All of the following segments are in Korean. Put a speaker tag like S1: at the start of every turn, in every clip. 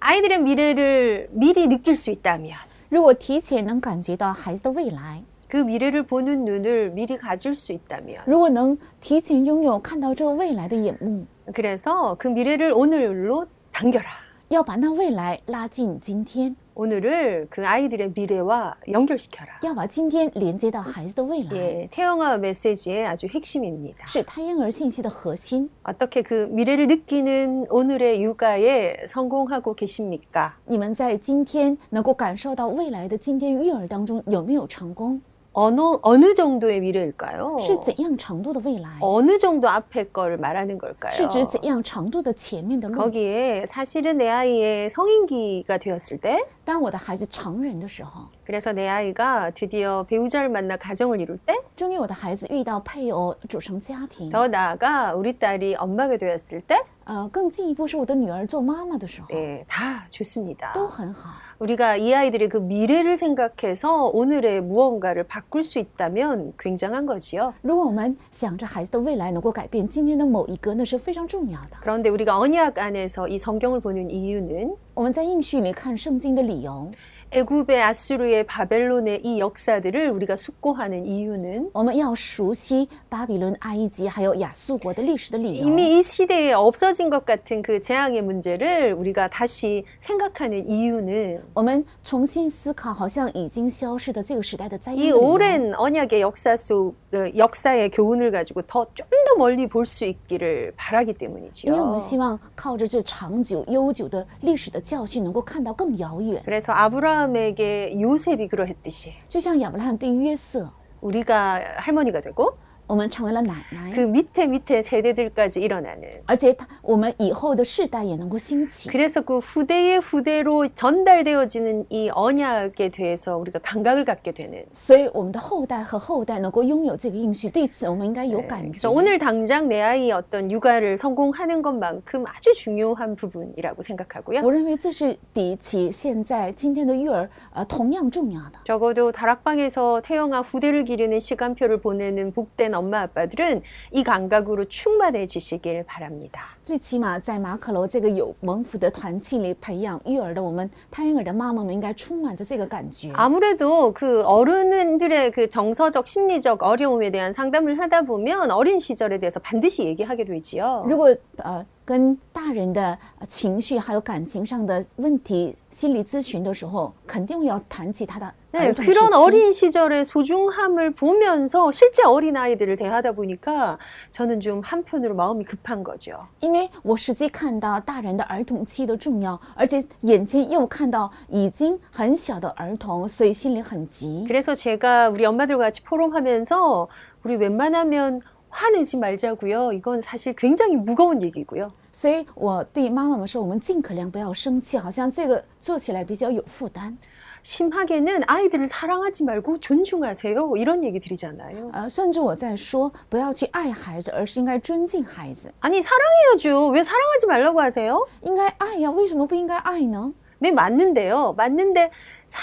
S1: 아이들의 미래를 미리 느낄 수 있다면
S2: 如果提前能感觉到孩子的未来，
S1: 그 미래를 보는 눈을 미리 가질 수 있다면
S2: 如果能提前拥有看到这个未来的眼目，
S1: 그래서 그 미래를 오늘로 당겨라.
S2: 要把那未来拉近今天，
S1: 오늘을 그 아이들의 미래와 연결시켜라.
S2: 要把今天连接到孩子的未来，
S1: 예, 태영아 메시지의 아주 핵심입니다.
S2: 是胎婴儿信息的核心。
S1: 어떻게 그 미래를 느끼는 오늘의 육아에 성공하고 계십니까?
S2: 你们在今天能够感受到未来的今天育儿当中有没有成功，
S1: 어느 어느 정도의 미래일까요?
S2: 是怎样程度的未来，
S1: 어느 정도 앞에 거를 말하는 걸까요?
S2: 是指怎样程度的前面的路。
S1: 거기에 사실은 내 아이의 성인기가 되었을 때,
S2: 当我的孩子成人的时候，
S1: 그래서 내 아이가 드디어 배우자를 만나 가정을 이룰 때,
S2: 终于我的孩子遇到配偶组成家庭，
S1: 더 나아가 우리 딸이 엄마가 되었을 때,
S2: 呃，更进一步是我的女儿做妈妈的时候，
S1: 네, 다 좋습니다.
S2: 都很好。
S1: 우리가 이 아이들의 그 미래를 생각해서 오늘의 무언가를 바꿀 수 있다면 굉장한 거지요.
S2: 如果我们想着孩子的未来能够改变今天的某一个，那是非常重要的。
S1: 그런데 우리가 언약 안에서 이 성경을 보는 이유는
S2: 我们在应许里看圣经的理由，
S1: 애굽의 아수르의 바벨론의 이 역사들을 우리가 숙고하는 이유는
S2: 我们要熟悉巴比伦、埃及还有亚述国的历史的理由。
S1: 이미 이 시대에 없어진 것 같은 그 재앙의 문제를 우리가 다시 생각하는 이유는
S2: 我们重新思考，好像已经消失的这个时代的灾
S1: 이
S2: 难。我
S1: 오랜 언약의 역사 속 어, 역사의 교훈을 가지고 더 좀 더 멀리 볼 수 있기를 바라기
S2: 因为我
S1: 때문이지요.
S2: 们希望靠着这长久、悠久的历史的教训，能够看到更遥远。
S1: 그래서 아브라함에게 요셉이 그러했듯이
S2: 就像亚伯拉罕对约瑟，
S1: 우리가 할머니가 되고
S2: 我们成为了奶奶
S1: 그 ， 밑에 밑에 세대들까지 일어나는
S2: 而且他我们以后的世代也能够兴起。
S1: 그래서 그 후대의 후대로 전달되어지는 이 언약에 대해서 우리가 감각을 갖게 되는 네.
S2: 所以我们的后代和后代能够拥有这个应许，对此我们应该有
S1: 네,
S2: 感
S1: 그래서
S2: 觉。
S1: 오늘 당장 내 아이의 어떤 육아를 성공하는 것만큼 아주 중요한 부분이라고 생각하고요.
S2: 我认为这是比起现在今天的育儿呃同样重要的。
S1: 적어도 다락방에서 태영아 후대를 기르는 시간표를 보내는 복된 엄마 아빠들은 이 감각으로 충만해지시길 바랍니다.
S2: 最起码在马可楼这个有蒙福的团契里培养育儿的我们胎婴儿的妈妈们，应该充满着这个感觉。
S1: 啊 아무래도 그 어른들의 그 정서적 심리적 어려움에 대한 상담을 하다 보면 어린 시절에 대해서 반드시 얘기하게 되지요.
S2: 如果呃跟大人的呃情绪还有感情上的问题心理咨询的时候，肯定要谈起他的
S1: 네,
S2: 儿童时
S1: 그런
S2: 期。
S1: 어린 시절의 소중함을 보면서 실제 어린 아이들을 대하다 보니까 저는 좀 한편으로 마음이 급한 거죠.
S2: 因为我实际看到大人的儿童期的重要，而且眼前又看到已经很小的儿童，所以心里很急。
S1: 그래서 제가 우리 엄마들과 같이 포럼하면서 우리 웬만하면 화내지 말자고요. 이건 사실 굉장히 무거운 얘기고요.
S2: 所以我对妈妈们说，我们尽可量不要生气，好像这个做起来比较有负担。
S1: 심하게는 아이들을 사랑하지 말고 존중하세요. 이런 얘기 드리잖아요.
S2: 呃，甚至我在说不要去爱孩子，而是应该尊敬孩子，
S1: 아니 사랑해야죠. 왜 사랑하지 말라고 하세요?
S2: 应该爱呀，为什么不应该爱呢？
S1: 네 맞는데요. 맞는데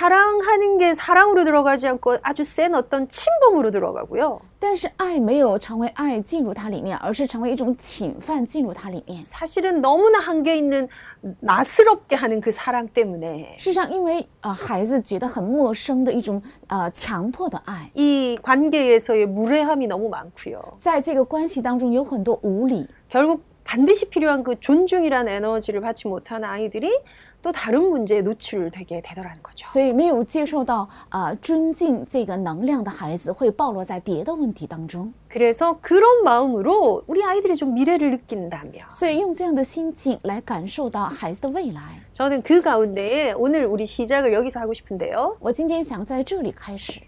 S1: 사랑하는 게 사랑으로 들어가지 않고 아주 센 어떤 침범으로 들어가고요.
S2: 但是爱没有成为爱进入它里面，而是成为一种侵犯进入它里面。
S1: 사실은 너무나 한계 있는 나스럽게 하는 그 사랑 때문에
S2: 事实上，因为呃孩子觉得很陌生的一种呃强迫的爱，
S1: 이 관계에서의 무례함이 너무 많고요.
S2: 在这个关系当中有很多无理，
S1: 결국 반드시 필요한 그 존중이라는 에너지를 받지 못하는 아이들이 또 다른 문제에 노출되게 되더라는 거죠.
S2: 所以没有接受到呃尊敬这个能量的孩子会暴露在别的问题当中。
S1: 그래서 그런 마음으로 우리 아이들이 좀 미래를 느낀다면
S2: 所以用这样的心境来感受到孩子的未来。
S1: 저는 그 가운데에 오늘 우리 시작을 여기서 하고 싶은데요.
S2: 我今天想在这里开始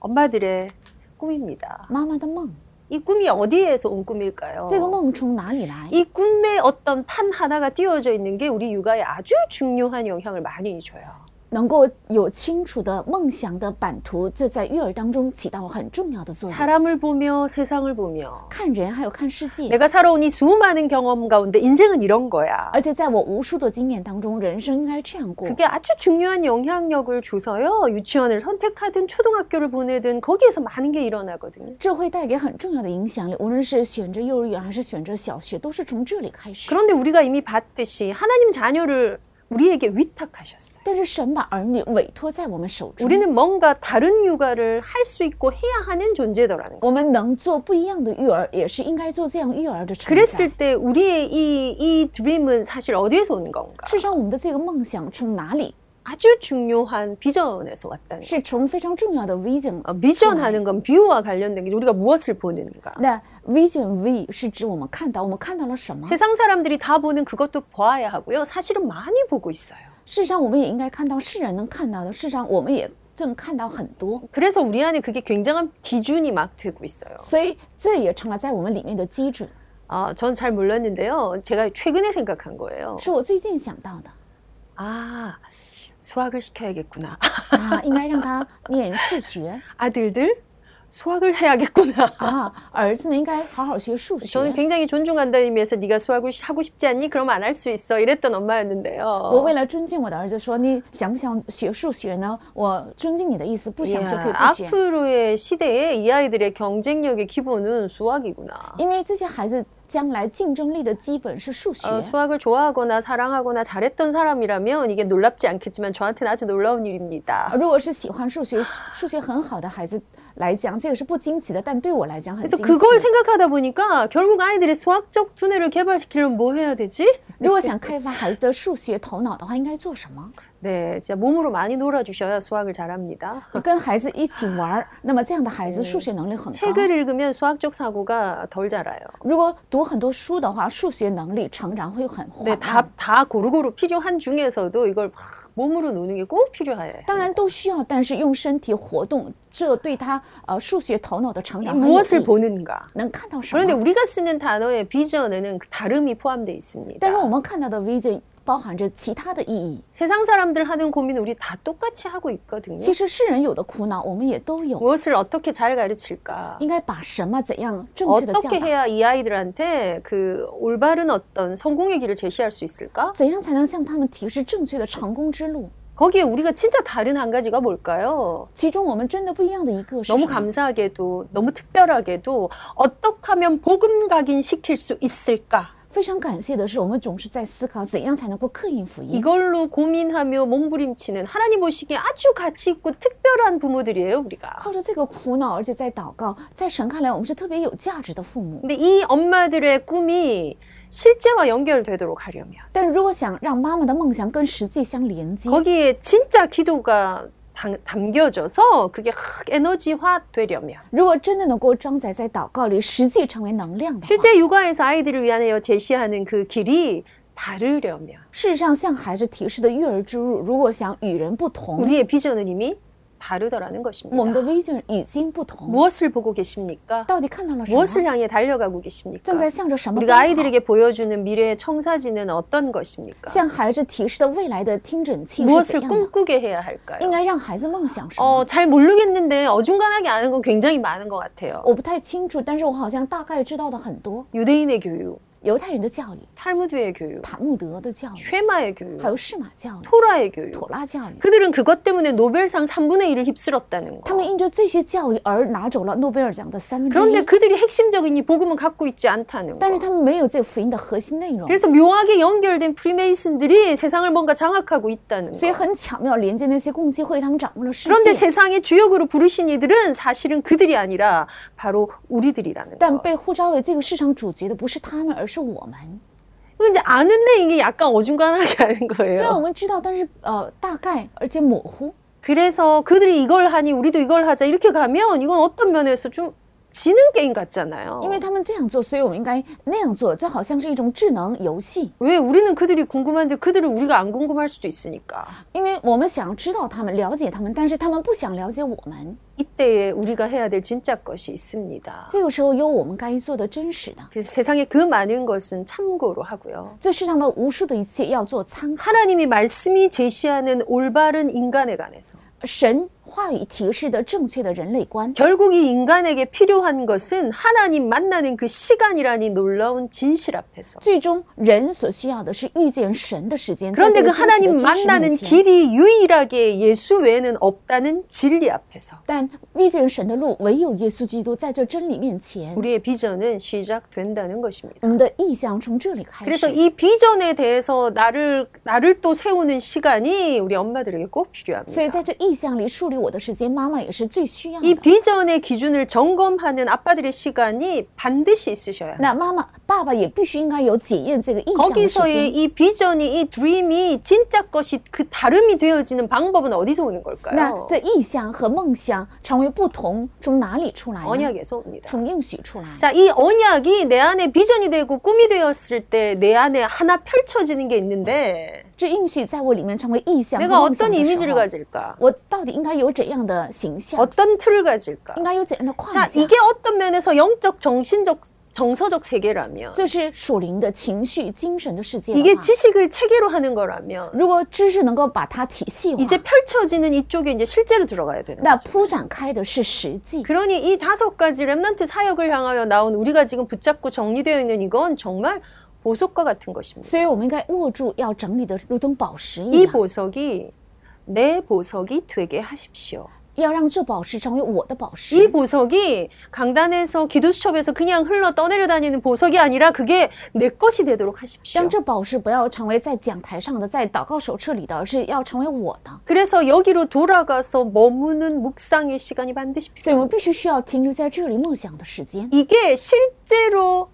S1: 엄마들의 꿈입니다.
S2: 妈妈的梦，
S1: 이 꿈이 어디에서 온 꿈일까요?
S2: 这个梦从哪里来？
S1: 이 꿈의 어떤 판 하나가 띄워져 있는 게 우리 육아에 아주 중요한 영향을 많이 줘요.
S2: 能够有清楚的梦想的版图，这在育儿当中起到很重要的作用。
S1: 사람을 보며 세상을 보며
S2: 看人还有看世界，
S1: 내가 살아온 이 수많은 경험 가운데 인생은 이런 거야.
S2: 而且在我无数的经验当中，人生应该这样过。
S1: 그게 아주 중요한 영향력을 줘서요. 유치원을 선택하든 초등학교를 보내든 거기에서 많은 게 일어나거든요.
S2: 这会带给很重要的影响力，无论是选择幼儿园还是选择小学，都是从这里开始。
S1: 그런데 우리가 이미 봤듯이 하나님 자녀를 우리에게 위탁하셨어요.
S2: 但是神把儿女委托在我们手中，
S1: 우리는 뭔가 다른 육아를 할 수 있고 해야 하는 존재더라는 거.
S2: 我们能做不一样的育儿，也是应该做这样育儿的成长。
S1: 그랬을 때 우리의 이, 이 드림은 사실 어디에서 온 건가?
S2: 事实上，我们的这个梦想从哪里？
S1: 아주 중요한 비전에서 왔다는 거.
S2: 是从非常重要的 vision
S1: 어, 비전 하는 건 뷰와 관련된 게 우리가 무엇을 보는가.
S2: 那 vision V 是指我们看到，我们看到了什么？
S1: 세상 사람들이 다 보는 그것도 봐야 하고요. 사실은 많이 보고 있어요.
S2: 事实上，我们也应该看到世人能看到的。事实上，我们也正看到很多，
S1: 그래서 우리 안에 그게 굉장한 기준이 막 되고 있어요.
S2: 所以这也成了在我们里面的基准，
S1: 아, 전 잘 몰랐는데요. 제가 최근에 생각한 거예요.
S2: 是我最近想到的
S1: 아, 수학을 시켜야겠구나.
S2: 啊，应该让他念数学
S1: 아들들, 수학을 해야겠구나.
S2: 啊，儿子呢应该好好学数
S1: 저는
S2: 学。
S1: 굉장히 존중한다는 의미에서 네가 수학을 시- 하고 싶지 않니? 그러면 안 할 수 있어. 이랬던
S2: 我
S1: 엄마였는데요.
S2: 为了尊敬我的儿子说，你想不想学数学呢？我尊敬你的意思，不
S1: 이야,
S2: 想学可以不
S1: 哎
S2: 学，
S1: 예, 앞으로의 시대에 이 아이들의 경쟁력의 기본은 수학이구나.
S2: 因为这些孩子将来竞争力的基本是数学。
S1: 어, 수학을 좋아하거나 사랑하거나 잘했던 사람이라면 이게 놀랍지 않겠지만 저한테는 아주 놀라운 일입니다.
S2: 如果是喜欢数学、数学很好的孩子来讲，这个是不惊奇的，但对我来讲很
S1: 그래서
S2: 惊奇。
S1: 그걸 생각하다 보니까 결국 아이들의 수학적 두뇌를 개발시키려면 뭐 해야 되지?
S2: 如果想开发孩子的数学头脑的话，应该做什么？
S1: 네, 진짜 몸으로 많이 놀아주셔야 수학을 잘합니다.
S2: 跟孩子一起玩儿，那么这样的孩子数学能力很高。
S1: 책을 읽으면 수학적 사고가 덜 자라요.
S2: 如果读很多书的话，数学能力成长会很缓
S1: 네,
S2: 慢。
S1: 답 다 고루고루 필요한 중에서도 이걸 막 몸으로 노는 게 꼭 필요해.
S2: 当然都需要，但是用身体活动，这对他呃数学头脑的成长很有益
S1: 무엇을 보는가?
S2: 能看到什
S1: 그런데
S2: 么？
S1: 우리가 쓰는 단어의 비전에는 그 다름이 포함되어 있습니다.
S2: 但是我们看到的 vision 包含着其他的意义。
S1: 세상 사람들 하는 고민 우리 다 똑같이 하고 있거든요.
S2: 其实世人有的苦恼，我们也都有。
S1: 무엇을 어떻게 잘 가르칠까?
S2: 应该把什么怎样正确的教
S1: 어떻게
S2: 导，
S1: 해야 이 아이들한테 그 올바른 어떤 성공의 길을 제시할 수 있을까?
S2: 怎样才能向他们提示正确的成功之路？
S1: 거기에 우리가 진짜 다른 한 가지가 뭘까요?
S2: 其中我们真的不一样的一个是什
S1: 너무
S2: 么？
S1: 감사하게도 너무 특별하게도 어떻게 하면 복음 각인 시킬 수 있을까?
S2: 非常感谢的是，我们总是在思考怎样才能够刻印福音。
S1: 이걸로 고민하며 몸부림치는 하나님 보시기에 아주 가치 있고 특별한 부모들이에요, 우리가.
S2: 靠着这个苦恼，而且在祷告，在神看来，我们是特别有价值的父母。
S1: 근데 이 엄마들의 꿈이 실제와 연결되도록 하려면
S2: 但是如果想让妈妈的梦想跟实际相连接，
S1: 거기에 진짜 기도가 담- 담겨져서 그게 확 에너지화 되려면
S2: 如果真的能够装载在祷告里，实际成为能量的话，
S1: 실제 육아에서 아이들을 위하여 제시하는 그 길이 다르려면
S2: 事实上向孩子提示的育儿之路，如果想与人不同，
S1: 우리의 비전은 이미 다르더라는
S2: 我们的
S1: 것입니다.
S2: vision 已经不同。
S1: 무엇을 보고 계십니까?
S2: 到底看到了什么？
S1: 무엇을 향해 달려가고
S2: 正
S1: 계십니까?
S2: 在向着什么奔
S1: 우리가
S2: 跑？
S1: 아이들에게 보여주는 미래의 청사진은 어떤 것입니까?
S2: 向孩子提示的未来的听诊器是哦
S1: 무엇을
S2: 怎样的？
S1: 꿈꾸게 해야
S2: 应
S1: 할까요?
S2: 该让孩子梦想什么？
S1: 어, 잘 모르겠는데 어중간하게 아는 건 굉장히 많은 것 같아요.
S2: 我不太清楚，但是我好像大概知道的很多。
S1: 유대인의 교육,
S2: 犹太人的教育、
S1: 탈무드의 교육,
S2: 塔木德的教育，
S1: 쉐마의 교육,
S2: 还有释马教育、
S1: 아. 토라의 교육.
S2: 妥拉教育，
S1: 그들은 그것 때문에 노벨상 3분의 1을 휩쓸었다는
S2: 他们
S1: 거.
S2: 因着这些教育而拿走了诺贝尔奖的三分之
S1: 그런데
S2: 一，
S1: 그들이 핵심적인 이 복음은 갖고 있지 않다는
S2: 但是
S1: 거.
S2: 他们没有这福音的核心内容，
S1: 그래서 묘하게 연결된 프리메이슨들이 세상을 뭔가 장악하고 있다는
S2: 所以
S1: 거.
S2: 很巧妙连接那些共济会，他们掌握了世
S1: 그런데
S2: 界，
S1: 세상의 주역으로 부르신 이들은 사실은 그들이 아니라 바로 우리들이라는
S2: 但
S1: 거.
S2: 被呼召为这个市场主角的不是他们，而是我们。
S1: 그럼 이제 아는데 이게 약간 어중간하게 하는
S2: 虽然
S1: 거예요.
S2: 我们知道，但是呃，大概而且模糊。
S1: 그래서 그들이 이걸 하니 우리도 이걸 하자 이렇게 가면 이건 어떤 면에서 좀 지는 게임 같잖아요.
S2: 因为他们这样做，所以我们应该那样做。这好像是一种智能游戏，
S1: 왜 우리는 그들이 궁금한데 그들은 우리가 안 궁금할 수도 있으니까.
S2: 因为我们想知道他们、了解他们，但是他们不想了解我们。
S1: 이때에 우리가 해야 될 진짜 것이 있습니다.
S2: 这个时候有我们该做的真实的，
S1: 그래서 세상의 그 많은 것은 참고로 하고요.
S2: 这世上的无数的一切要做参考。
S1: 하나님이 말씀이 제시하는 올바른 인간에 관해서
S2: 神话语提示的正确的人类观。
S1: 결국 이 인간에게 필요한 것은 하나님 만나는 그 시간이라니 놀라운 진실 앞에서.
S2: 最终，人所需要的是遇见神的时间。
S1: 그런데
S2: 在这
S1: 그
S2: 个惊喜的
S1: 하나님
S2: 真实
S1: 만나는
S2: 面前
S1: 길이 유일하게 예수 외에는 없다는 진리 앞에서
S2: 但遇见神的路唯有耶稣基督，在这真理面前，
S1: 우리의 비전은 시작된다는 것입니다.
S2: 我们的意向从这里开
S1: 그래서
S2: 始。
S1: 이 비전에 대해서 나를 나를 또 세우는 시간이 우리 엄마들에게 꼭
S2: 所以
S1: 필요합니다.
S2: 在这意向里树立我的时间，妈妈也是最需要
S1: 이
S2: 的。
S1: 비전의 기준을 점검하는 아빠들의 시간이 반드시 있으셔야 합니다.
S2: 那妈妈、爸爸也必须应该有检验这个意向的时
S1: 거기서의
S2: 间。
S1: 이 비전이 이 드림이 진짜 것이 그 다름이 되어지는 방법은 어디서 오는
S2: 那
S1: 걸까요?
S2: 这意向和梦想成为不同，从哪里出来呢？
S1: 언약에서 옵니다.
S2: 从应许出来。
S1: 자, 이 언약이 내 안에 비전이 되고 꿈이 되었을 때 내 안에 하나 펼쳐지는 게 있는데
S2: 这应许在我里面成为意向和
S1: 내가
S2: 梦想
S1: 어떤
S2: 的
S1: 이미지를
S2: 时候，
S1: 가질까?
S2: 我到底应该有怎样的形象？
S1: 어떤 틀을 가질까?
S2: 应该有怎样的框
S1: 자,
S2: 架？
S1: 이게 어떤 면에서 영적, 정신적, 정서적 세계라면
S2: 就是属灵的情绪、精神的世界的
S1: 이게
S2: 话
S1: 지식을 체계로 하는 거라면
S2: 如果知识能够把它体系化，
S1: 이제 펼쳐지는 이쪽에 이제 실제로 들어가야 되는
S2: 那
S1: 거죠.
S2: 铺展开的是实际。
S1: 그러니 이 다섯 가지 렘넌트 사역을 향하여 나온 우리가 지금 붙잡고 정리되어 있는 이건 정말 보석과 같은 것입니다.
S2: 所以我们应该握住要整理的，如同宝石一
S1: 이
S2: 样，
S1: 보석이 내 보석이 되게 하십시오.
S2: 要让这宝石成为我的宝
S1: 이
S2: 石。
S1: 보석이 강단에서 기도수첩에서 그냥 흘러 떠내려 다니는 보석이 아니라 그게 내 것이 되도록 하십시오.
S2: 让这宝石不要成为在讲台上的，在祷告手册里的，而是要成为我的。
S1: 그래서 여기로 돌아가서 머무는 묵상의 시간이 반드시
S2: 所以
S1: 필요합니다.
S2: 我们必须需要停留在这里梦想的时间。
S1: 이게 실제로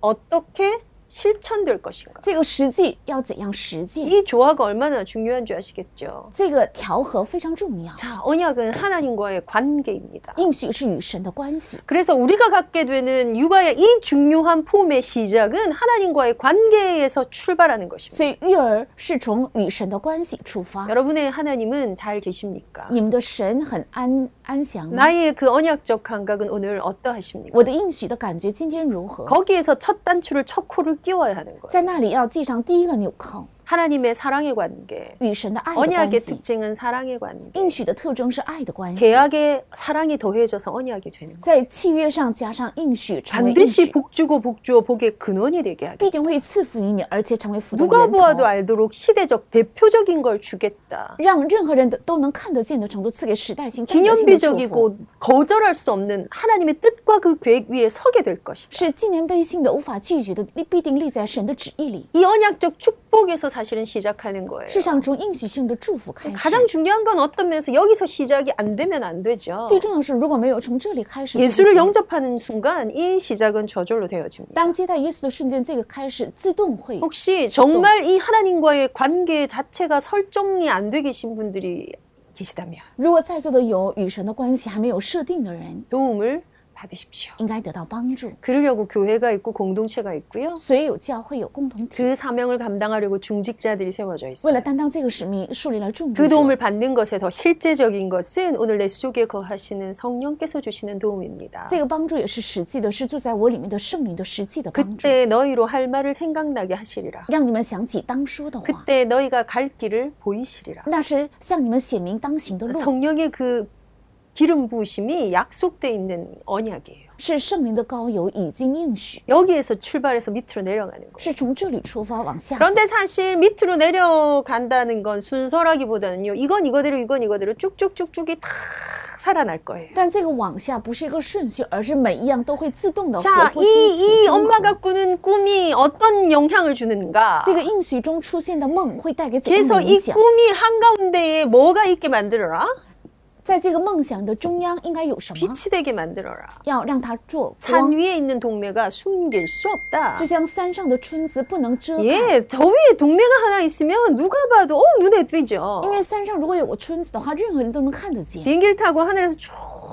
S1: 어떻게 실천될 것인가?
S2: 这个实际要怎样实践？
S1: 이 조화가 얼마나 중요한 줄 아시겠죠?
S2: 这个调和非常重要。
S1: 자, 언약은 하나님과의 관계입니다.
S2: 应许是与神的关系，
S1: 그래서 우리가 갖게 되는 육아의 이 중요한 폼의 시작은 하나님과의 관계에서 출발하는 것입니다.
S2: 所以育儿是从与神的关系出发。
S1: 여러분의 하나님은 잘 계십니까?
S2: 你们的神很安安详吗，
S1: 나의 그 언약적 감각은 오늘 어떠하십니까?
S2: 我的应许的感觉今天如何？
S1: 거기에서 첫 단추를 첫 코를 끼워야 하는 거예요.
S2: 在那里要系上第一个纽扣，
S1: 하나님의 사랑의 관계.
S2: 与神的爱
S1: 哦
S2: 的关
S1: 언약의
S2: 系。
S1: 특징은 사랑의 관계.
S2: 应许的特征是爱的关系，
S1: 계약의 사랑이 더해져서 언약이 되는 거.
S2: 在契约上加上应许，成为应
S1: 반드시
S2: 许，
S1: 복주고 복주어 복의 근원이 되게 하기.
S2: 必定会赐福于你，而且成为福的
S1: 누가
S2: 源
S1: 보아도
S2: 头，
S1: 알도록 시대적 대표적인 걸 주겠다.
S2: 让任何人都都能看得见的程度赐给时代性
S1: 네,
S2: 代表性的祝福，
S1: 기념비적이고 거절할 수 없는 하나님의 뜻과 그 계획 위에 서게 될 것이다.
S2: 是纪念碑性的、无法拒绝的，立必定立在神的旨意里。
S1: 이 언약적 축복에서 사실은 시작하는 거예요.
S2: 世上从应许性的祝福开始，
S1: 가장 중요한 건 어떤 면에서 여기서 시작이 안 되면 안 되죠.
S2: 最重要的是，如果没有从这里开始进行，
S1: 예수를 영접하는 순간 이 시작은 저절로 되어집니다.
S2: 当接待耶稣的瞬间，这个开始自动会
S1: 혹시 정말 이 하나님과의 관계 자체가 설정이 안 되 계신 분들이 계시다면
S2: 如果在座的有与神的关系还没有设定的人，
S1: 도움을 받으십시오.
S2: 应该得到帮助。
S1: 그러려고 교회가 있고 공동체가 있고요.
S2: 所以有教会有共同体，
S1: 그 사명을 감당하려고 중직자들이 세워져
S2: 为了
S1: 있어요.
S2: 担当这个使命，树立了众
S1: 그
S2: 人。
S1: 도움을 받는 것에 더 실제적인 것은 오늘 내 속에 거하시는 성령께서 주시는 도움입니다.
S2: 这个帮助也是实际的，是住在我里面的圣灵的实际的帮助，
S1: 그때 너희로 할 말을 생각나게 하시리라.
S2: 让你们想起当说的话，
S1: 그때 너희가 갈 길을 보이시리라.
S2: 那时向你们显明当行的路，
S1: 성령의 그 기름 부으심이 약속돼 있는 언약이에요.
S2: 是圣灵的高油已经应许，
S1: 여기에서 출발해서 밑으로 내려가는 거예요.
S2: 是从这里出发往下走。
S1: 그런데 사실 밑으로 내려간다는 건 순서라기보다는요. 이건 이거대로 이건 이거대로 쭉쭉쭉쭉이 다 살아날 거예요.
S2: 但这个往下不是一个顺序，而是每一样都会自动的
S1: 자,
S2: 活泼
S1: 이
S2: 兴起
S1: 이
S2: 中和。
S1: 엄마가 꾸는 꿈이 어떤 영향을 주는가?
S2: 这个应许中出现的梦会带给怎样
S1: 그래서
S2: 的
S1: 이
S2: 影响？
S1: 꿈이 한가운데에 뭐가 있게 만들어라?
S2: 在这个梦想的中央应该有什么？
S1: 빛이 되게 만들어라.
S2: 要让它做
S1: 산
S2: 光，
S1: 위에 있는 동네가 숨길 수 없다.
S2: 就像山上的村子不能遮盖。
S1: 예, 저 위에 동네가 하나 있으면 누가 봐도 어, 눈에 띄죠.
S2: 因为山上如果有个村子的话，任何人都能看得见。
S1: 비행기를 타고 하늘에서 쭉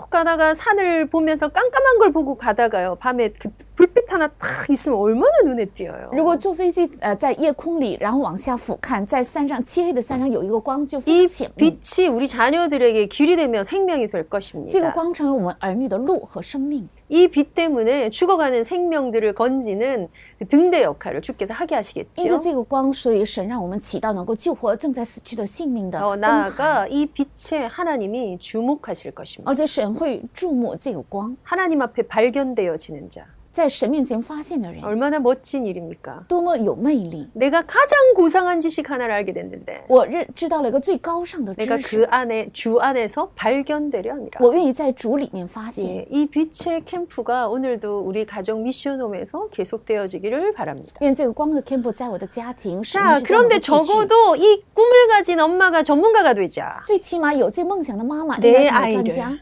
S1: 가다가 산을 보면서 깜깜한 걸 보고 가다가요. 밤에 그 불빛 하나 탁 있으면 얼마나 눈에 띄어요.
S2: 如果坐飞机呃在夜空里，然后往下俯瞰，在山上漆黑的山上有一个光就非
S1: 이
S2: 常显目，
S1: 빛이 우리 자녀들에게 길이 되며 생명이 될
S2: 这个
S1: 것입니다.
S2: 光成为我们儿女的路和生命。
S1: 이 빛 때문에 죽어가는 생명들을 건지는 그 등대 역할을 주께서 하게
S2: 因着
S1: 하시겠죠.
S2: 这个光，所以神让我们起到能够救活正在死去的性命的
S1: 더
S2: 灯塔，
S1: 나아가 이 빛에 하나님이 주목하실 것입니다.
S2: 而且神会注目这个光，
S1: 하나님 앞에 발견되어지는 자.
S2: 在神面前发现的人
S1: 얼마나 멋진 일입니까?
S2: 多么有魅力！
S1: 내가 가장 고상한 지식 하나를 알게 됐는데
S2: 我认知道了一个最高尚的
S1: 내가 그
S2: 知识，
S1: 안에 주 안에서 발견되려 합니다.
S2: 我愿意在主里面发现。
S1: 예, 이 빛의 캠프가 오늘도 우리 가정 미션홈에서 계속되어지기를 바랍니다.
S2: 愿这个光的 camp 在我的家庭是
S1: 자,
S2: 一直在我
S1: 그런데
S2: 的继续
S1: 네, 적어도 이 꿈을 가진 엄마가 전문가가 되자.
S2: 最起码有这梦想的妈妈应
S1: 내
S2: 该是个专家
S1: 아이를 ，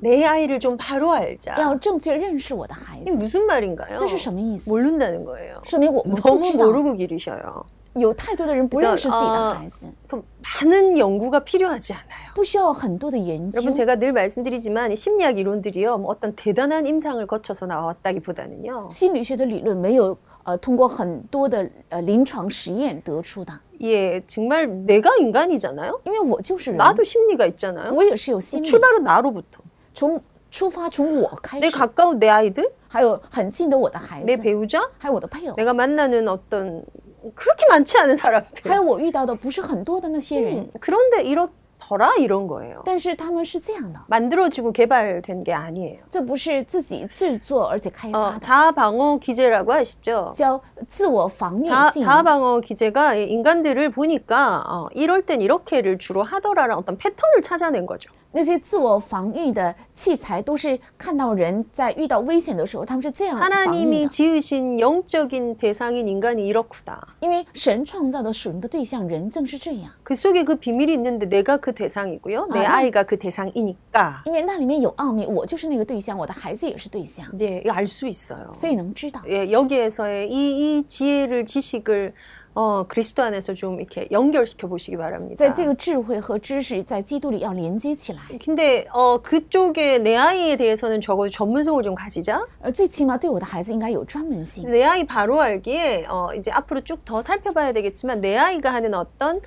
S1: 내 아이를 좀 바로 알자.
S2: 要正确认识我的孩子
S1: 이게 。 무슨 말인가요?
S2: 这是什么意思？
S1: 모른다는 거예요.
S2: 说明我们不
S1: 너무
S2: 知道，
S1: 모르고 기르셔요.
S2: 有太多的人不认识自己的孩子，
S1: 그럼 많은 연구가 필요하지 않아요.
S2: 不需要很多的研究
S1: 여러분 。 제가 늘 말씀드리지만 이 심리학 이론들이요 뭐 어떤 대단한 임상을 거쳐서 나왔다기보다는요
S2: 心理学的理论没有呃通过很多的呃临床实验得出的，
S1: 예 정말 내가 인간이잖아요
S2: 因为我就是人，
S1: 나도 심리가 있잖아요
S2: 我也是有心理，
S1: 출발은 나로부터
S2: 从出发从我开
S1: 내
S2: 始，
S1: 가까운 내 아이들
S2: 还有很近的我的孩
S1: 내
S2: 子，
S1: 배우자
S2: 还有我的配偶，
S1: 내가 만나는 어떤 그렇게 많지 않은
S2: 还
S1: 사람들 음,
S2: 有我遇到的不是很多的那些
S1: 嗯
S2: 人，
S1: 그런데 이렇더라 이런 거예요
S2: 但是他们是这样的，
S1: 만들어지고 개발된 게 아니에요
S2: 这不是自己制作而且开发
S1: 어,
S2: 的，
S1: 자아방어 기제라고 아시죠
S2: 叫自我防御
S1: 자,
S2: 技能。
S1: 자아방어 기제가 이 인간들을 보니까 어, 이럴 땐 이렇게를 주로 하더라라는 어떤 패턴을 찾아낸 거죠.
S2: 那些自我防御的器材都是看到人在遇到危险的时候，他们是这
S1: 아,
S2: 样防御
S1: 하나님이
S2: 的。
S1: 지으신 영적인 대상인 인간이 이렇구나.
S2: 因为神创造的属灵的对象人正是这样，
S1: 그 속에 그 비밀이 있는데 내가 그 대상이고요. 내
S2: 아, 네.
S1: 아이가 그 대상이니까.
S2: 因为那里面有奥秘，我就是那个对象，我的孩子也是对象，
S1: 네, 알 수 있어요.
S2: 所以能知道。
S1: 예, 여기에서의 이, 이 지혜를 지식을 어, 그리스도 안에서 좀 이렇게 연결시켜 보시기 바랍니다.
S2: 在这个智慧和知识在基督里要连接起来，
S1: 근데 어, 그쪽에 내 아이에 대해서는 적어도 전문성을 좀 가지자.
S2: 而最起码对我的孩子应该有专门性。
S1: 내 아이 바로 알기에 어, 이제 앞으로 쭉 더 살펴봐야 되겠지만 내 아이가 하는 어떤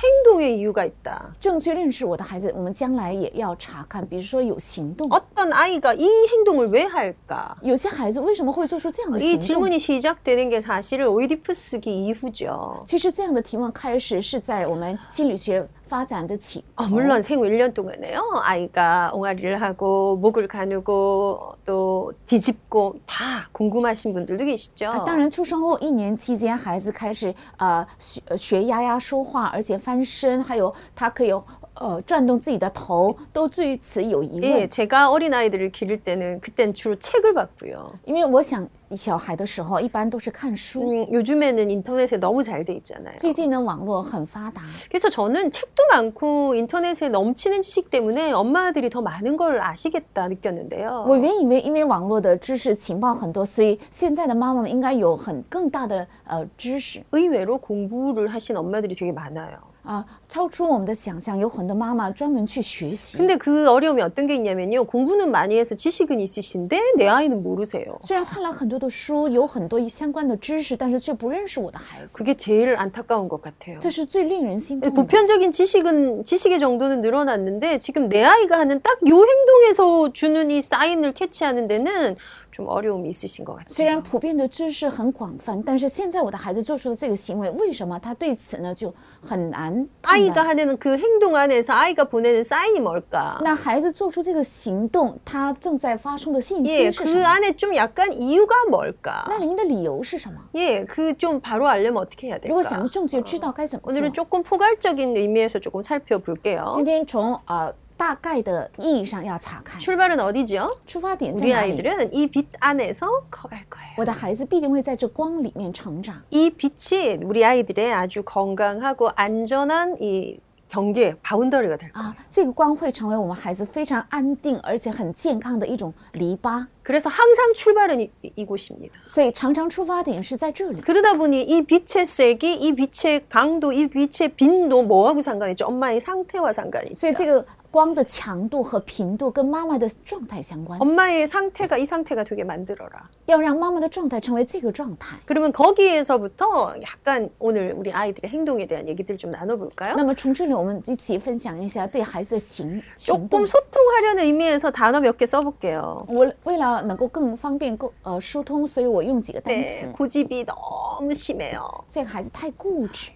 S1: 행동의 이유가 있다.
S2: 正确认识我的孩子，我们将来也要查看，比如说有行动，
S1: 어떤 아이가 이 행동을 왜 할까?
S2: 有些孩子为什么会做出这样的
S1: 이
S2: 行动？
S1: 질문이 시작되는 게 사실은 오이디푸스기 이후죠.
S2: 其实这样的提问开始是在我们心理学发展的起
S1: 어, 물론 생후 1년 동안에요. 아이가 옹알이를 하고 목을 가누고 또 뒤집고 다 궁금하신 분들도
S2: 啊
S1: 계시죠.
S2: 当然，出生后一年期间，孩子开始呃学呃学丫丫说话，而且翻身，还有他可以呃转动自己的头，都对此有疑
S1: 예,
S2: 问。
S1: 제가 어린 아이들을 기를 때는 그땐 주로 책을 봤고요.
S2: 因为我想小孩的时候一般都是看书，
S1: 음, 요즘에는 인터넷에 너무 잘 돼 있잖아요.
S2: 最近呢网络很发达，
S1: 그래서 저는 책도 많고 인터넷에 넘치는 지식 때문에 엄마들이 더 많은 걸 아시겠다 느꼈는데요.
S2: 我原以为因为网络的知识情报很多，所以现在的妈妈们应该有很更大的呃知识
S1: 의외로 공부를 하신 엄마들이 되게 많아요.
S2: 啊、超出我们的想象，有很多妈妈专门去学习。
S1: 근데 그 어려움이 어떤 게 있냐면요. 공부는 많이 해서 지식은 있으신데 내 아이는 모르세요.
S2: 虽然看了很多的书，有很多相关的知识，但是却不认识我的孩子，
S1: 그게 제일 안타까운 것 같아요.
S2: 这是最令人心痛的。
S1: 보편적인 지식은 지식의 정도는 늘어났는데 지금 내 아이가 하는 딱 요 행동에서 주는 이 사인을 캐치하는 데는 좀 어려움이 있으신 것
S2: 虽
S1: 같아요.
S2: 然普遍的知识很广泛，但是现在我的孩子做出的这个行为，为什么他对此呢就很难判
S1: 아이가
S2: 断？
S1: 하는 그 행동 안에서 아이가 보내는 사인이 뭘까?
S2: 那孩子做出这个行动，他正在发送的信
S1: 예,
S2: 息是什
S1: 그
S2: 么？
S1: 안에 좀 약간 이유가 뭘까?
S2: 那里面的理由是什么？
S1: 예, 그 좀 바로 알려면 어떻게 해야
S2: 如果想
S1: 될까?
S2: 正确知道该怎么
S1: 오늘은
S2: 做，
S1: 조금 포괄적인 의미에서 조금 살펴볼게요.
S2: 今天从呃大概的意义上要查看
S1: 출발은 어디죠?
S2: 出发点在
S1: 우리
S2: 哪里。
S1: 아이들은 이 빛 안에서 커갈 거예요.
S2: 我的孩子必定会在这光里面成长。
S1: 이 빛이 우리 아이들의 아주 건강하고 안전한 이 경계 바운더리가 될 거예요.
S2: 啊，这个光会成为我们孩子非常安定而且很健康的一种篱笆，
S1: 그래서 항상 출발은 이, 이- 이곳입니다.
S2: 所以常常出发点是在这里。
S1: 그러다 보니 이 빛의 세기, 이 빛의 강도, 이 빛의 빈도 뭐하고 상관있죠? 엄마의 상태와 상관이
S2: 所以
S1: 있죠.
S2: 这个光的强度和频度跟妈妈的状态相关，
S1: 엄마의 상태가 이 상태가 되게 만들어라.
S2: 要让妈妈的状态成为这个状态。
S1: 그러면 거기에서부터 약간 오늘 우리 아이들의 행동에 대한 얘기들 좀 나눠볼까요?
S2: 那么从这里，我们一起分享一下对孩子的行行
S1: 조금 。
S2: 动
S1: 소통하려는 의미에서 단어 몇 개 써볼게요.
S2: 我为了能够更方便沟呃疏通，所以我用几个单
S1: 네,
S2: 词。
S1: 고집이 너무 심해요.
S2: 这个孩子太固执，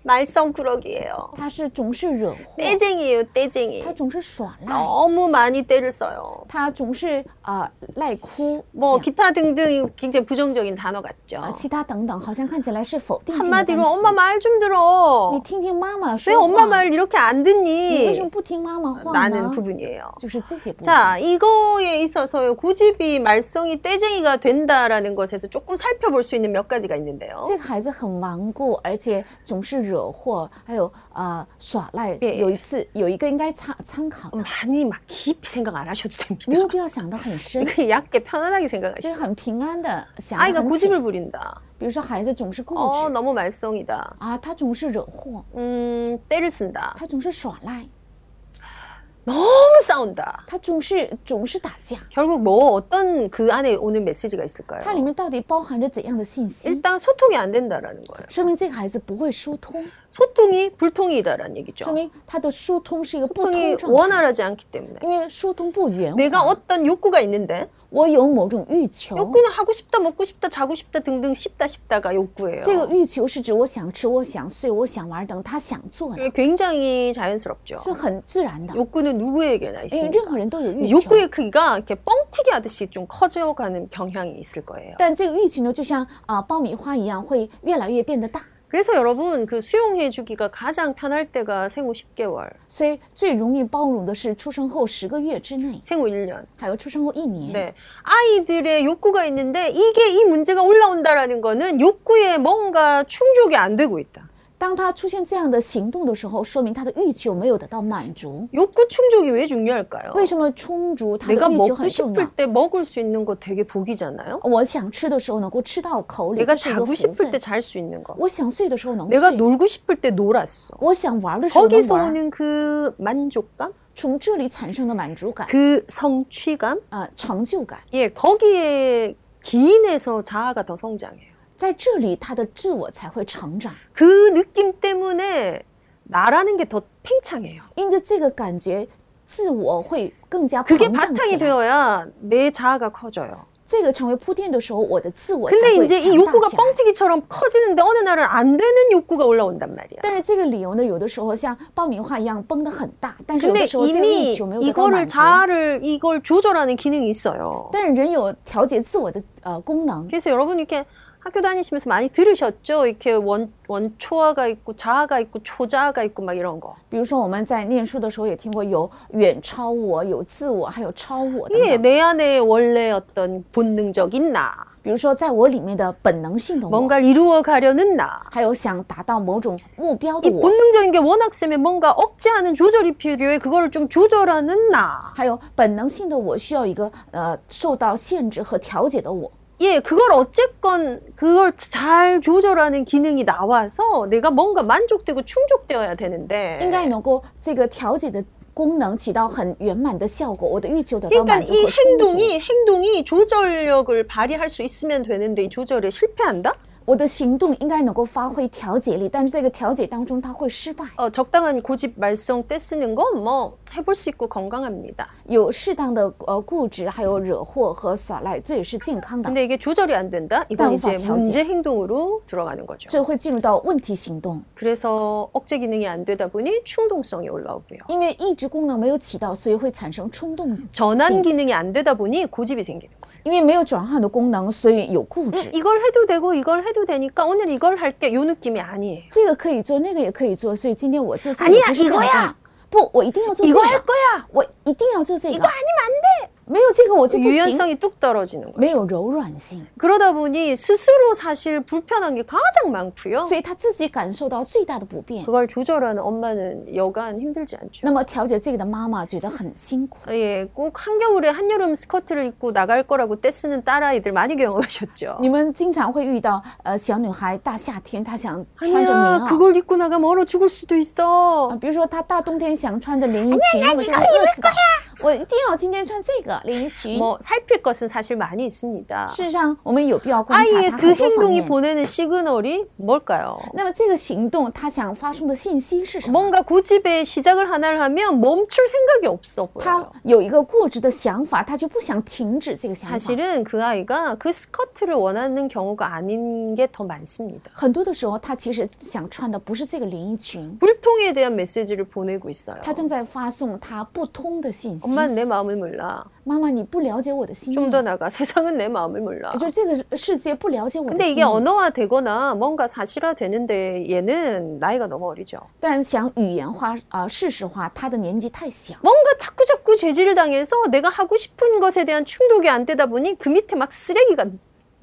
S1: 말썽꾸러기예요.
S2: 他是总是惹祸，
S1: 떼쟁이에요,
S2: 他
S1: 떼쟁이.
S2: 总是耍赖，
S1: 너무 많이 떼를 써요.
S2: 他总是呃赖哭。
S1: 뭐
S2: 这
S1: 기타
S2: 样
S1: 등등 굉장히 부정적인 단어
S2: 啊，
S1: 같죠.
S2: 其他等等，好像看起来是否定性的单词。
S1: 한마디로 엄마 말 좀
S2: 你
S1: 들어.
S2: 听听妈妈说
S1: 왜
S2: 话，
S1: 엄마 말 이렇게 안
S2: 你为什
S1: 듣니?
S2: 么不听妈妈话
S1: 나는
S2: 呢？
S1: 부분이에요.
S2: 就是这些部分。
S1: 자, 이거에 있어서 고집이 말썽이 떼쟁이가 된다라는 것에서 조금 살펴볼 수 있는 몇 가지가 있는데요.
S2: 这个孩子很顽固，而且总是惹祸，还有呃耍赖。
S1: 对
S2: 有一次有一个应该参参考的，
S1: 음, 많이 막 깊이 생각 안 하셔도 됩니다.
S2: 没有必要想得 很深，
S1: 이거 얕게 편안하게
S2: 就是
S1: 생각하시죠.
S2: 很平安的想得
S1: 아이가
S2: 很浅。
S1: 고집을 부린다.
S2: 比如说孩子总是固
S1: 어
S2: 执
S1: 너무 말썽이다.
S2: 啊，他总是惹祸，
S1: 음 때를 쓴다.
S2: 他总是耍赖，
S1: 너무 싸운다.
S2: 他总是总是打架。
S1: 결국 뭐 어떤 그 안에 오는 메시지가 있을까요?
S2: 它里面到底包含着怎样的信息？
S1: 일단 소통이 안 된다라는 거예요.
S2: 说明这个孩子不会疏通，
S1: 소통이 불통이다라는 얘기죠.
S2: 说明他的疏通是一个不
S1: 소통이
S2: 通状态，
S1: 원활하지 않기 때문에
S2: 因为疏通不圆滑。
S1: 내가 어떤 욕구가 있는데
S2: 我有某种欲求，
S1: 욕구는 하고 싶다, 먹고 싶다, 자고 싶다 등등 싶다 싶다가 욕구예요.
S2: 这个欲求是指我想吃、我想睡、我想玩等他想做的，
S1: 굉장히 자연스럽죠.
S2: 是很自然的。
S1: 욕구는 누구에게나
S2: 因为
S1: 있습니다.
S2: 任何人都有哦欲求，
S1: 욕구의 크기가 이렇게 뻥튀기 하듯이 좀 커져가는 경향이 있을 거예요.
S2: 但这个欲求呢，就像啊、爆米花一样，会越来越变得大。
S1: 그래서 여러분 그 수용해 주기가 가장 편할 때가 생후 10개월,
S2: 所以最容易包容的是出生后十个月之内，
S1: 생후 1년.
S2: 还有出生后一年。
S1: 네. 아이들의 욕구가 있는데 이게 이 문제가 올라온다라는 거는 욕구에 뭔가 충족이 안 되고 있다.
S2: 当他出现这样的行动的时候，说明他的欲求没有得到满足。
S1: 욕구 충족이 왜 중요할까요?
S2: 为什么充足他
S1: 내가
S2: 的欲求
S1: 먹고
S2: 很重
S1: 싶을
S2: 要？
S1: 때 먹을 수 있는 거 되게 복이잖아요.
S2: 我想吃的时候能够吃到口里，
S1: 내가
S2: 这是一个
S1: 자고
S2: 福
S1: 싶을
S2: 分
S1: 때。잘 수 있는 거.
S2: 我想睡的时候能
S1: 내가
S2: 睡，
S1: 놀고 싶을 때 놀았어.
S2: 我想玩的时候能
S1: 거기서
S2: 玩，
S1: 오는 그 만족감,
S2: 从这里产生的满足感，
S1: 그 성취감,
S2: 呃，成就感，
S1: 예, 거기에 기인해서 자아가 더 성장해요.
S2: 在这里他的自我才会成长。
S1: 그 느낌 때문에 나라는 게 더 팽창해요.
S2: 因着这个感觉，自我会更加膨
S1: 그게
S2: 胀
S1: 바탕이
S2: 起来。
S1: 되어야 내 자아가 커져요.
S2: 这个成为铺垫的时候，我的自我才
S1: 근데
S2: 会
S1: 이제
S2: 强
S1: 이
S2: 大
S1: 욕구가
S2: 起来。
S1: 뻥튀기처럼 커지는데 어느 날은 안 되는 욕구가 올라온단 말이야.
S2: 但是这个理由呢，有的时候像爆米花一样崩得很大，但是有
S1: 근데
S2: 的时候这个欲
S1: 이미
S2: 求没有得到
S1: 이거를
S2: 满足。
S1: 자아를 이걸 조절하는 기능이 있어요.
S2: 但是人有调节自我的呃功能，
S1: 그래서 여러분 이렇게 학교 다니시면서 많이 들으셨죠? 이렇게 원 원초아가 있고 자아가 있고 초자아가 있고 막 이런 거.
S2: 比如说我们在念书的时候也听过有远超我、有自我，还有超我等
S1: 이게
S2: 等。
S1: 내 안에 원래 어떤 본능적인 나,
S2: 比如说在我里面的本能性的我，
S1: 뭔가를 이루어 가려는 나.
S2: 还有想达到某种目标的
S1: 이
S2: 我，
S1: 본능적인 게 워낙 세면 뭔가 억제하는 조절이 필요해. 그거를 좀 조절하는 나.
S2: 还有本能性的我需要一个呃受到限制和调节的我。
S1: 예, 그걸 어쨌건 그걸 잘 조절하는 기능이 나와서 내가 뭔가 만족되고 충족되어야
S2: 应该
S1: 되는데.
S2: 能够这个调节的功能起到很圆满的效果，我的欲求得到
S1: 그러니까
S2: 满足
S1: 이
S2: 和充足。
S1: 행동이 행동이 조절력을 발휘할 수 있으면 되는데 이 조절에 실패한다?
S2: 我的行动应该能够发挥调节力，但是这个调节当中它会失败。
S1: 어, 적당한 고집 말썽 때 쓰는 건 뭐 해볼 수 있고 건강합니다.
S2: 有适当的呃固执，还有惹祸和耍赖，这也是健康的，
S1: 근데 이게 조절이 안 된다? 이건
S2: 다음
S1: 이제
S2: 법, 다음
S1: 문제 행동으로 들어가는 거죠.
S2: 这会进入到问题行动。
S1: 그래서 억제 기능이 안 되다 보니 충동성이 올라오고요.
S2: 因为抑制功能没有起到，所以会产生冲动性；
S1: 전환 기능이 안 되다 보니 고집이 생기는 거예요.
S2: 因为没有转换的功能，所以有固执。
S1: 이걸 해도 되고 이걸 해도 되니까 오늘 이걸 할게 요 느낌이 아니에요.
S2: 这个可以做，那个也可以做，所以今天我这次
S1: 哎呀
S2: 也不是这
S1: 一
S2: 样
S1: 个呀
S2: 干不，我一定要做这
S1: 이거 할
S2: 个，
S1: 거야.
S2: 我一定要做这个
S1: 이거 ， 아니면 안 돼.
S2: 没有这个个我就不行，
S1: 유연성이 뚝 떨어지는 거예요.
S2: 没有柔软性，
S1: 그러다 보니 스스로 사실 불편한 게 가장 많고요.
S2: 所以他自己感受到最大的不便。
S1: 그걸 조절하는 엄마는 여간 힘들지 않죠.
S2: 那么调节这个的妈妈觉得很辛苦。
S1: 예, 꼭 한겨울에 한여름 스커트를 입고 나갈 거라고 떼쓰는 딸아이들 많이 경험하셨죠.
S2: 你们经常会遇到呃小女孩大夏天她想
S1: 哎
S2: 穿着棉
S1: 아니야,
S2: 袄，
S1: 그걸 입고 나가면 얼어 죽을 수도
S2: 啊
S1: 있어.
S2: 比如说她大冬天想穿着连衣裙，我就会饿死的。我一定要今天穿这个连衣裙。
S1: 뭐 살필 것은 사실 많이 있습니다.
S2: 事实上，我们有必要观察
S1: 아이의 네.
S2: 她
S1: 그
S2: 很多方
S1: 행동이
S2: 面。
S1: 보내는 시그널이 뭘까요?
S2: 那么这个行动，她想发送的信息是什么？
S1: 뭔가 고집의 시작을 하나를 하면 멈출 생각이 없어
S2: 她
S1: 보여요.
S2: 有一个固执的想法，她就不想停止这个想法。
S1: 사실은 그 아이가 그 스커트를 원하는 경우가 아닌 게 더 많습니다.
S2: 很多的时候，她其实想穿的不是这个连衣裙，
S1: 불통에 대한 메시지를 보내고 있어요.
S2: 她正在发送她不通的信息。
S1: 엄마는 내 마음을 몰라.
S2: 妈妈，你不了解我的心意，
S1: 좀 더 나가. 세상은 내 마음을 몰라.
S2: 就这个世界不了解我的
S1: 근데
S2: 心
S1: 이게
S2: 意。
S1: 언어화 되거나 뭔가 사실화 되는데 얘는 나이가 너무 어리죠.
S2: 但想语言化啊、呃事实化，他的年纪太小，
S1: 뭔가 자꾸 자꾸 제지를 당해서 내가 하고 싶은 것에 대한 충족이 안 되다 보니 그 밑에 막 쓰레기가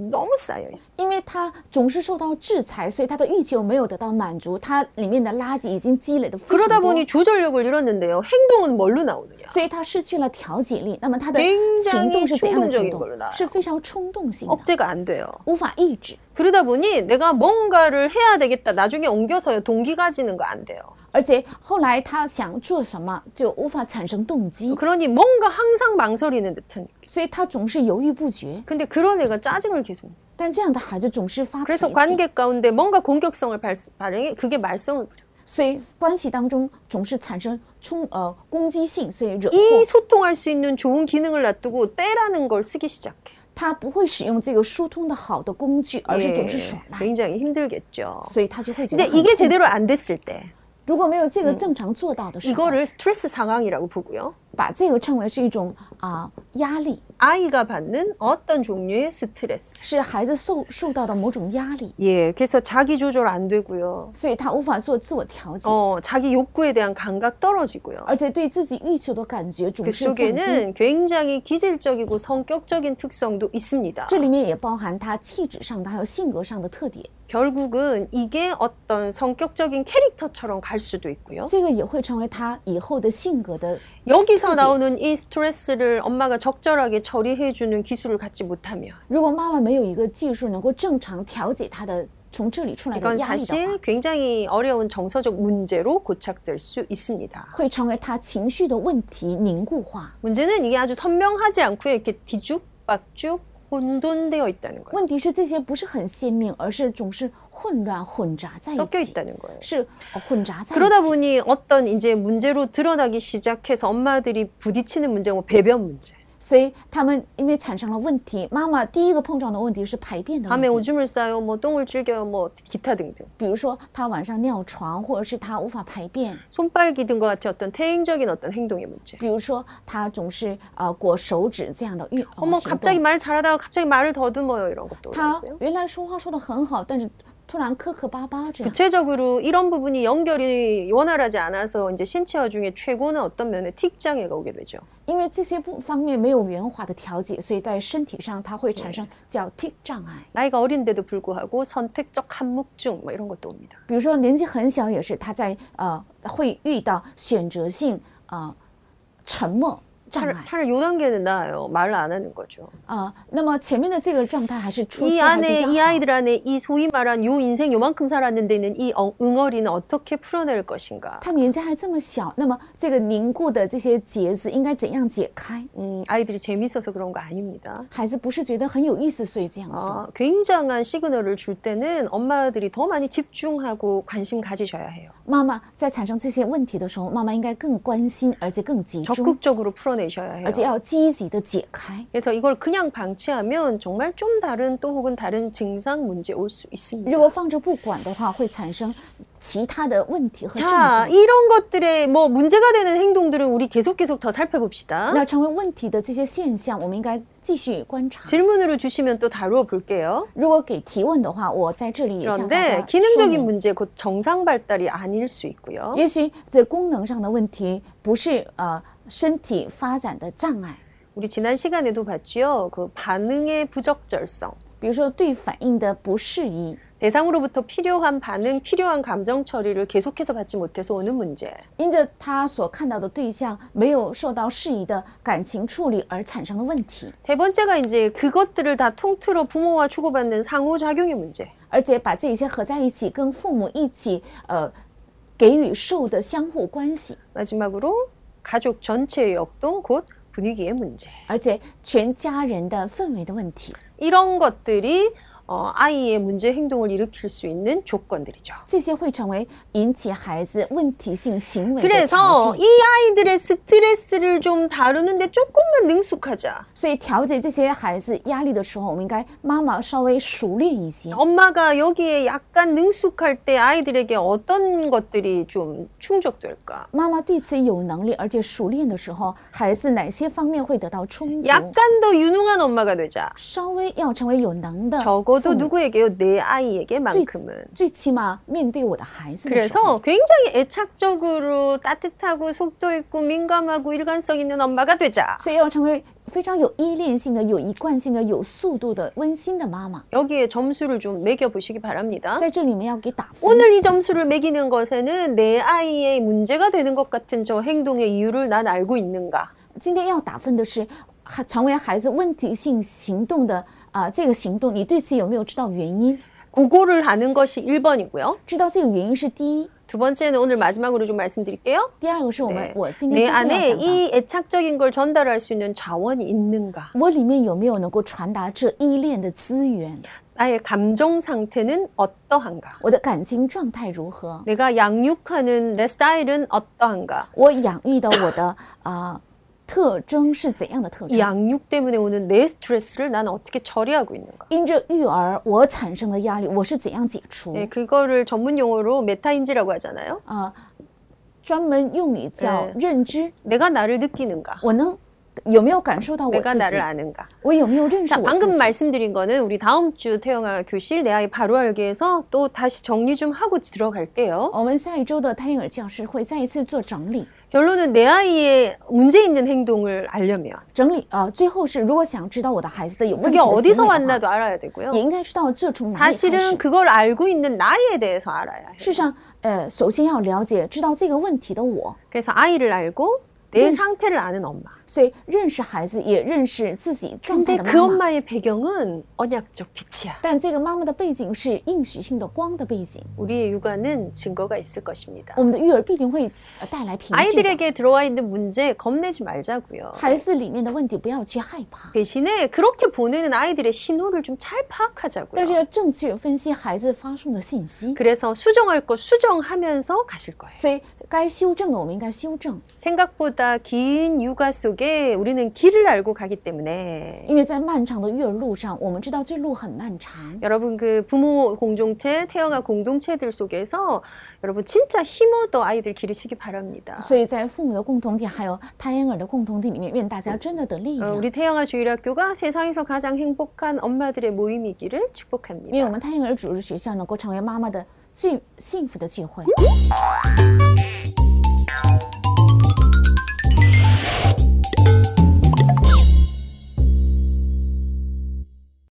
S1: 너무 쌓여 있어.
S2: 因为他总是受到制裁，所以他的欲求没有得到满足，他里面的垃圾已经积累的非
S1: 그러다
S2: 常多，
S1: 보니 조절력을 잃었는데요. 행동은 뭘로 나오느냐?
S2: 所以他失去了调节力。那么他的
S1: 굉장히
S2: 行动是怎样的
S1: 충동적인
S2: 行
S1: 걸로나와요
S2: 动？是非常冲动性的，
S1: 억제가 안 돼요.
S2: 无法抑制。
S1: 그러다 보니 내가 뭔가를 해야 되겠다. 나중에 옮겨서요. 동기가 지는 거 안 돼요.
S2: 而且后来他想做什么就无法产生动机，
S1: 그러니 뭔가 항상 망설이는 듯한. 느낌.
S2: 所以他总是犹豫不决。
S1: 근데 그런 애가 짜증을 계속. 내요.
S2: 但这样的孩子总是发脾
S1: 그래서
S2: 气，
S1: 관계 가운데 뭔가 공격성을 발- 발행해 그게 말썽을 부려.
S2: 所以关系当中总是产生冲呃攻击性，所以惹祸。
S1: 이 소통할 수 있는 좋은 기능을 놔두고 때라는 걸 쓰기 시작해.
S2: 他不会使用这个疏通的好的工具，而是
S1: 예,
S2: 总是耍赖，
S1: 굉장히 힘들겠죠.
S2: 所以他就会觉
S1: 이제
S2: 得很
S1: 이게
S2: 痛
S1: 제대로 안 됐을 때
S2: 如果没有这个正常做到的时候，
S1: 이거를 스트레스 상황이라고 보고요.
S2: 把这个称为是一种啊、压力，
S1: 아이가 받는 어떤 종류의 스트레스.
S2: 是孩子受受到的某种压力，
S1: 예, 그래서 자기 조절 안 되고요.
S2: 所以他无法做自我调节，
S1: 어, 자기 욕구에 대한 감각 떨어지고요.
S2: 而且对自己欲求的感觉总
S1: 그
S2: 是降低。
S1: 속에는 굉장히 기질적이고 성격적인 특성도 있습니다.
S2: 这里面也包含他气质上的还有性格上的特点，
S1: 결국은 이게 어떤 성격적인 캐릭터처럼 갈 수도 있고요.
S2: 这个也会成为他以后的性格的。
S1: 여기서 나오는 이 스트레스를 엄마가 적절하게 처리해주는 기술을 갖지 못하면
S2: 如果妈妈没有一个技术能够正常调节他的从这里出来的
S1: 아, 이건
S2: 压力的话
S1: 사실 ， 굉장히 어려운 정서적 문제로 고착될 수 있습니다.
S2: 会成为他情绪的问题凝固化。
S1: 문제는 이게 아주 선명하지 않고 이렇게 뒤죽박죽 혼돈되어 있다는 거예요.
S2: 问题是这些不是很鲜明，而是总是混乱混杂在一
S1: 섞여
S2: 起，
S1: 있다는 거예요.
S2: 是呃混杂在
S1: 그러다
S2: 一起。
S1: 보니 어떤 이제 문제로 드러나기 시작해서 엄마들이 부딪히는 문제, 뭐 배변 문제,
S2: 所以他们因为产生了问题，妈妈第一个碰撞的问题是排便的
S1: 밤에
S2: 问题，
S1: 오줌을 싸요, 뭐 똥을 즐겨요, 뭐 기타 등등.
S2: 比如说她晚上尿床，或者是她无法排便，
S1: 손빨기 등과 같은 어떤 태행적인 어떤 행동의 문제.
S2: 比如说她总是呃裹手指这样的运呃
S1: 어머
S2: 行
S1: 갑자기
S2: 动。
S1: 말 잘하다가 갑자기 말을 더듬어요 이런 것도
S2: 她
S1: 그렇고요.
S2: 原来说话说的很好，但是突然磕磕巴巴
S1: 네.
S2: 这样。
S1: 구체적으로 이런 부분이 연결이 원활하지 않아서 이제 신체화 중에 최고는 어떤 면에 틱장애가 오게 되죠.
S2: 因为这些不方面没有圆滑的调节，所以在身体上它会产生叫 tic 障碍。
S1: 나이가 어린데도 불구하고 선택적 한묵증 뭐 이런 것도 옵니다.
S2: 比如说年纪很小也是，他在呃会遇到选择性呃沉默障
S1: 차라,
S2: 碍
S1: 차라리 요 단계는 나아요. 말을 안 하는 거죠.
S2: 啊、那么前面的这个状态还是初
S1: 이
S2: 期还比
S1: 안에
S2: 较
S1: 이
S2: 好。
S1: 아이들 안에 이 소위 말한 요 인생 요만큼 살았는데 있는 이 엉- 응어리는 어떻게 풀어낼 것인가.
S2: 他年纪还这么小，那么这个凝固的这些结子应该怎样解开？
S1: 음, 아이들이 재밌어서 그런 거 아닙니다.
S2: 孩子不是觉得很有意思，所以这样做。
S1: 아, 굉장한 시그널을 줄 때는 엄마들이 더 많이 집중하고 관심 가지셔야 해요.
S2: 妈妈在产生这些问题的时候，妈妈应该更关心，而且更集中，
S1: 적극적으로 풀어내셔야 해요.
S2: 而且要积极的解开。
S1: 그래서 이걸 그냥 방치하면 정말 좀 다른 또 혹은 다른 증상 문제 올 수 있습니다.
S2: 如果放着不管的话，会产生其他的问题和症
S1: 자, 。
S2: 状
S1: 이런 것들의 뭐 문제가 되는 행동들은 우리 계속 계속 더 살펴봅시다.
S2: 那成为问题的这些现象，我们应该继续观察。
S1: 질문으로 주시면 또 다루어 볼게요.
S2: 如果给提问的话，我在这里也向大
S1: 그런데
S2: 家说
S1: 기능적인
S2: 明，
S1: 문제 곧 정상 발달이 아닐 수 있고요.
S2: 예. 也许这功能上的问题不是呃身体发展的障碍，
S1: 우리 지난 시간에도 봤지요. 그 반응의 부적절성.
S2: 比如说对反应的不适宜，
S1: 대상으로부터 필요한 반응, 필요한 감정 처리를 계속해서 받지 못해서 오는 문제.
S2: 因着他所看到的对象没有受到适宜的感情处理而产生的问题，
S1: 세 번째가 이제 그것들을 다 통틀어 부모와 주고받는 상호작용의 문제.
S2: 而且把这些合在一起，跟父母一起，呃，给予受的相互关系，
S1: 마지막으로 가족 전체의 역동, 곧 분위기의 문제.
S2: 而且全家人的氛围的问题，
S1: 이런 것들이 어, 아이의 문제 행동을 일으킬 수 있는 조건들이죠.
S2: 这些会成为引起孩子问题性行
S1: 네,
S2: 为的条
S1: 그래서
S2: 件。
S1: 이 아이들의 스트레스를 좀 다루는데 조금만 능숙하자.
S2: 所以调节这些孩子压力的时候，我们应该妈妈稍微熟练一些。
S1: 엄마가 여기에 약간 능숙할 때 아이들에게 어떤 것들이 좀 충족될까?
S2: 妈妈对此有能力而且熟练的时候，孩子哪些方面会得到
S1: 음.
S2: 充足？
S1: 약간 더 유능한 엄마가 되자.
S2: 稍微要成为有能的，
S1: 적어도 누구에게요? 내 아이에게만큼은.
S2: 最起码面对我的孩子的时候，
S1: 그래서 굉장히 애착적으로 따뜻하고 속도 있고 민감하고 일관성 있는 엄마가 되자.
S2: 所以要成为非常有依恋性的、有一贯性的、有速度的、温馨的妈妈。
S1: 여기에 점수를 좀 매겨 보시기 바랍니다.
S2: 在这里面要给打分，
S1: 오늘 이 점수를 매기는 것에는 내 아이의 문제가 되는 것 같은 저 행동의 이유를 난 알고 있는가?
S2: 今天要打分的是还成为孩子问题性行动的啊、这个行动，你对此有没有知道原因？
S1: 그거를 아는 것이 1번이고요.
S2: 知道这个原因是第一，
S1: 두 번째는 오늘 마지막으로 좀 말씀드릴게요.
S2: 第二个是我们、
S1: 네.
S2: 我今天
S1: 내
S2: 最后要
S1: 안에
S2: 讲的，
S1: 이 애착적인 걸 전달할 수 있는 자원이 있는가?
S2: 我里面有没有能够传达这依恋的资源？
S1: 나의 감정 상태는 어떠한가?
S2: 我的感情状态如何？
S1: 내가 양육하는 내 스타일은 어떠한가?
S2: 我养育的我的啊、特征是怎样的特征
S1: 이 ？ 양육 때문에 오는 내 스트레스를 난 어떻게 처리하고 있는가?
S2: 因着育儿我产生的压力，我是怎样解除？
S1: 네, 그거를 전문 용어로 메타인지라고 하잖아요.
S2: 啊、专门用语叫
S1: 嗯
S2: 认知，
S1: 내가 나를 느끼는가?
S2: 我能有没有感受到我
S1: 내가
S2: 自己
S1: 나를 ？ 아는가?
S2: 我有没有认识
S1: 자,
S2: 我自
S1: 방금
S2: 己？
S1: 말씀드린 거는 우리 다음 주 태영아 교실 내 아이 바로 알기에서 또 다시 정리 좀 하고 들어갈게요.
S2: 我们下一周的胎婴儿教室会再一次做整理，
S1: 결론은 내 아이의 문제 있는 행동을 알려면
S2: 整理啊、呃最后是如果想知道我的孩子的有问
S1: 그게
S2: 题的
S1: 어디서 예,
S2: 行为的
S1: 왔나도 알아야 되고요.
S2: 话，也应该知道这从哪里开
S1: 사실은
S2: 始。
S1: 그걸 알고 있는 나에 대해서 알아야 해요.
S2: 事实上，呃，首先要了解知道这个问题的我，
S1: 그래서 아이를 알고 내 상태를 아는 엄마.
S2: 所以认识孩子也认识自己状
S1: 근데
S2: 态的
S1: 그
S2: 妈妈。
S1: 엄마의 배경은 언약적 빛이야.
S2: 但这个妈妈的背景是应许性的光的背景，
S1: 우리의 육아는 증거가 있을 것입니다.
S2: 我们的育儿必定会呃带来平静的。
S1: 아이들에게 들어와 있는 문제 겁내지 말자고요.
S2: 孩子里面的问题不要去害怕，
S1: 대신에 그렇게 보내는 아이들의 신호를 좀 잘
S2: 但是
S1: 파악하자고요.
S2: 要正确分析孩子发送的信息。
S1: 그래서 수정할 거 수정하면서 가실 거예요.
S2: 所以该修正的我们应该修正，
S1: 생각보다 긴 육아 속에 우리는 길을 알고 가기 때문에
S2: 因为在漫长的育儿路上，我们知道这路很漫长。
S1: 여러분 그 부모 공동체, 태영아 공동체들 속에서 여러분 진짜 힘얻어 아이들 기르시기 바랍니다.
S2: 所以在父母的共同体还有胎婴儿的共同体里面，愿大家真的得力
S1: 어,
S2: 量。
S1: 우리 태영아 주일학교가 세상에서 가장 행복한 엄마들의 모임이기를
S2: 因为
S1: 축복합니다.
S2: 我们胎婴儿主日学校能够成为妈妈的最幸福的聚会。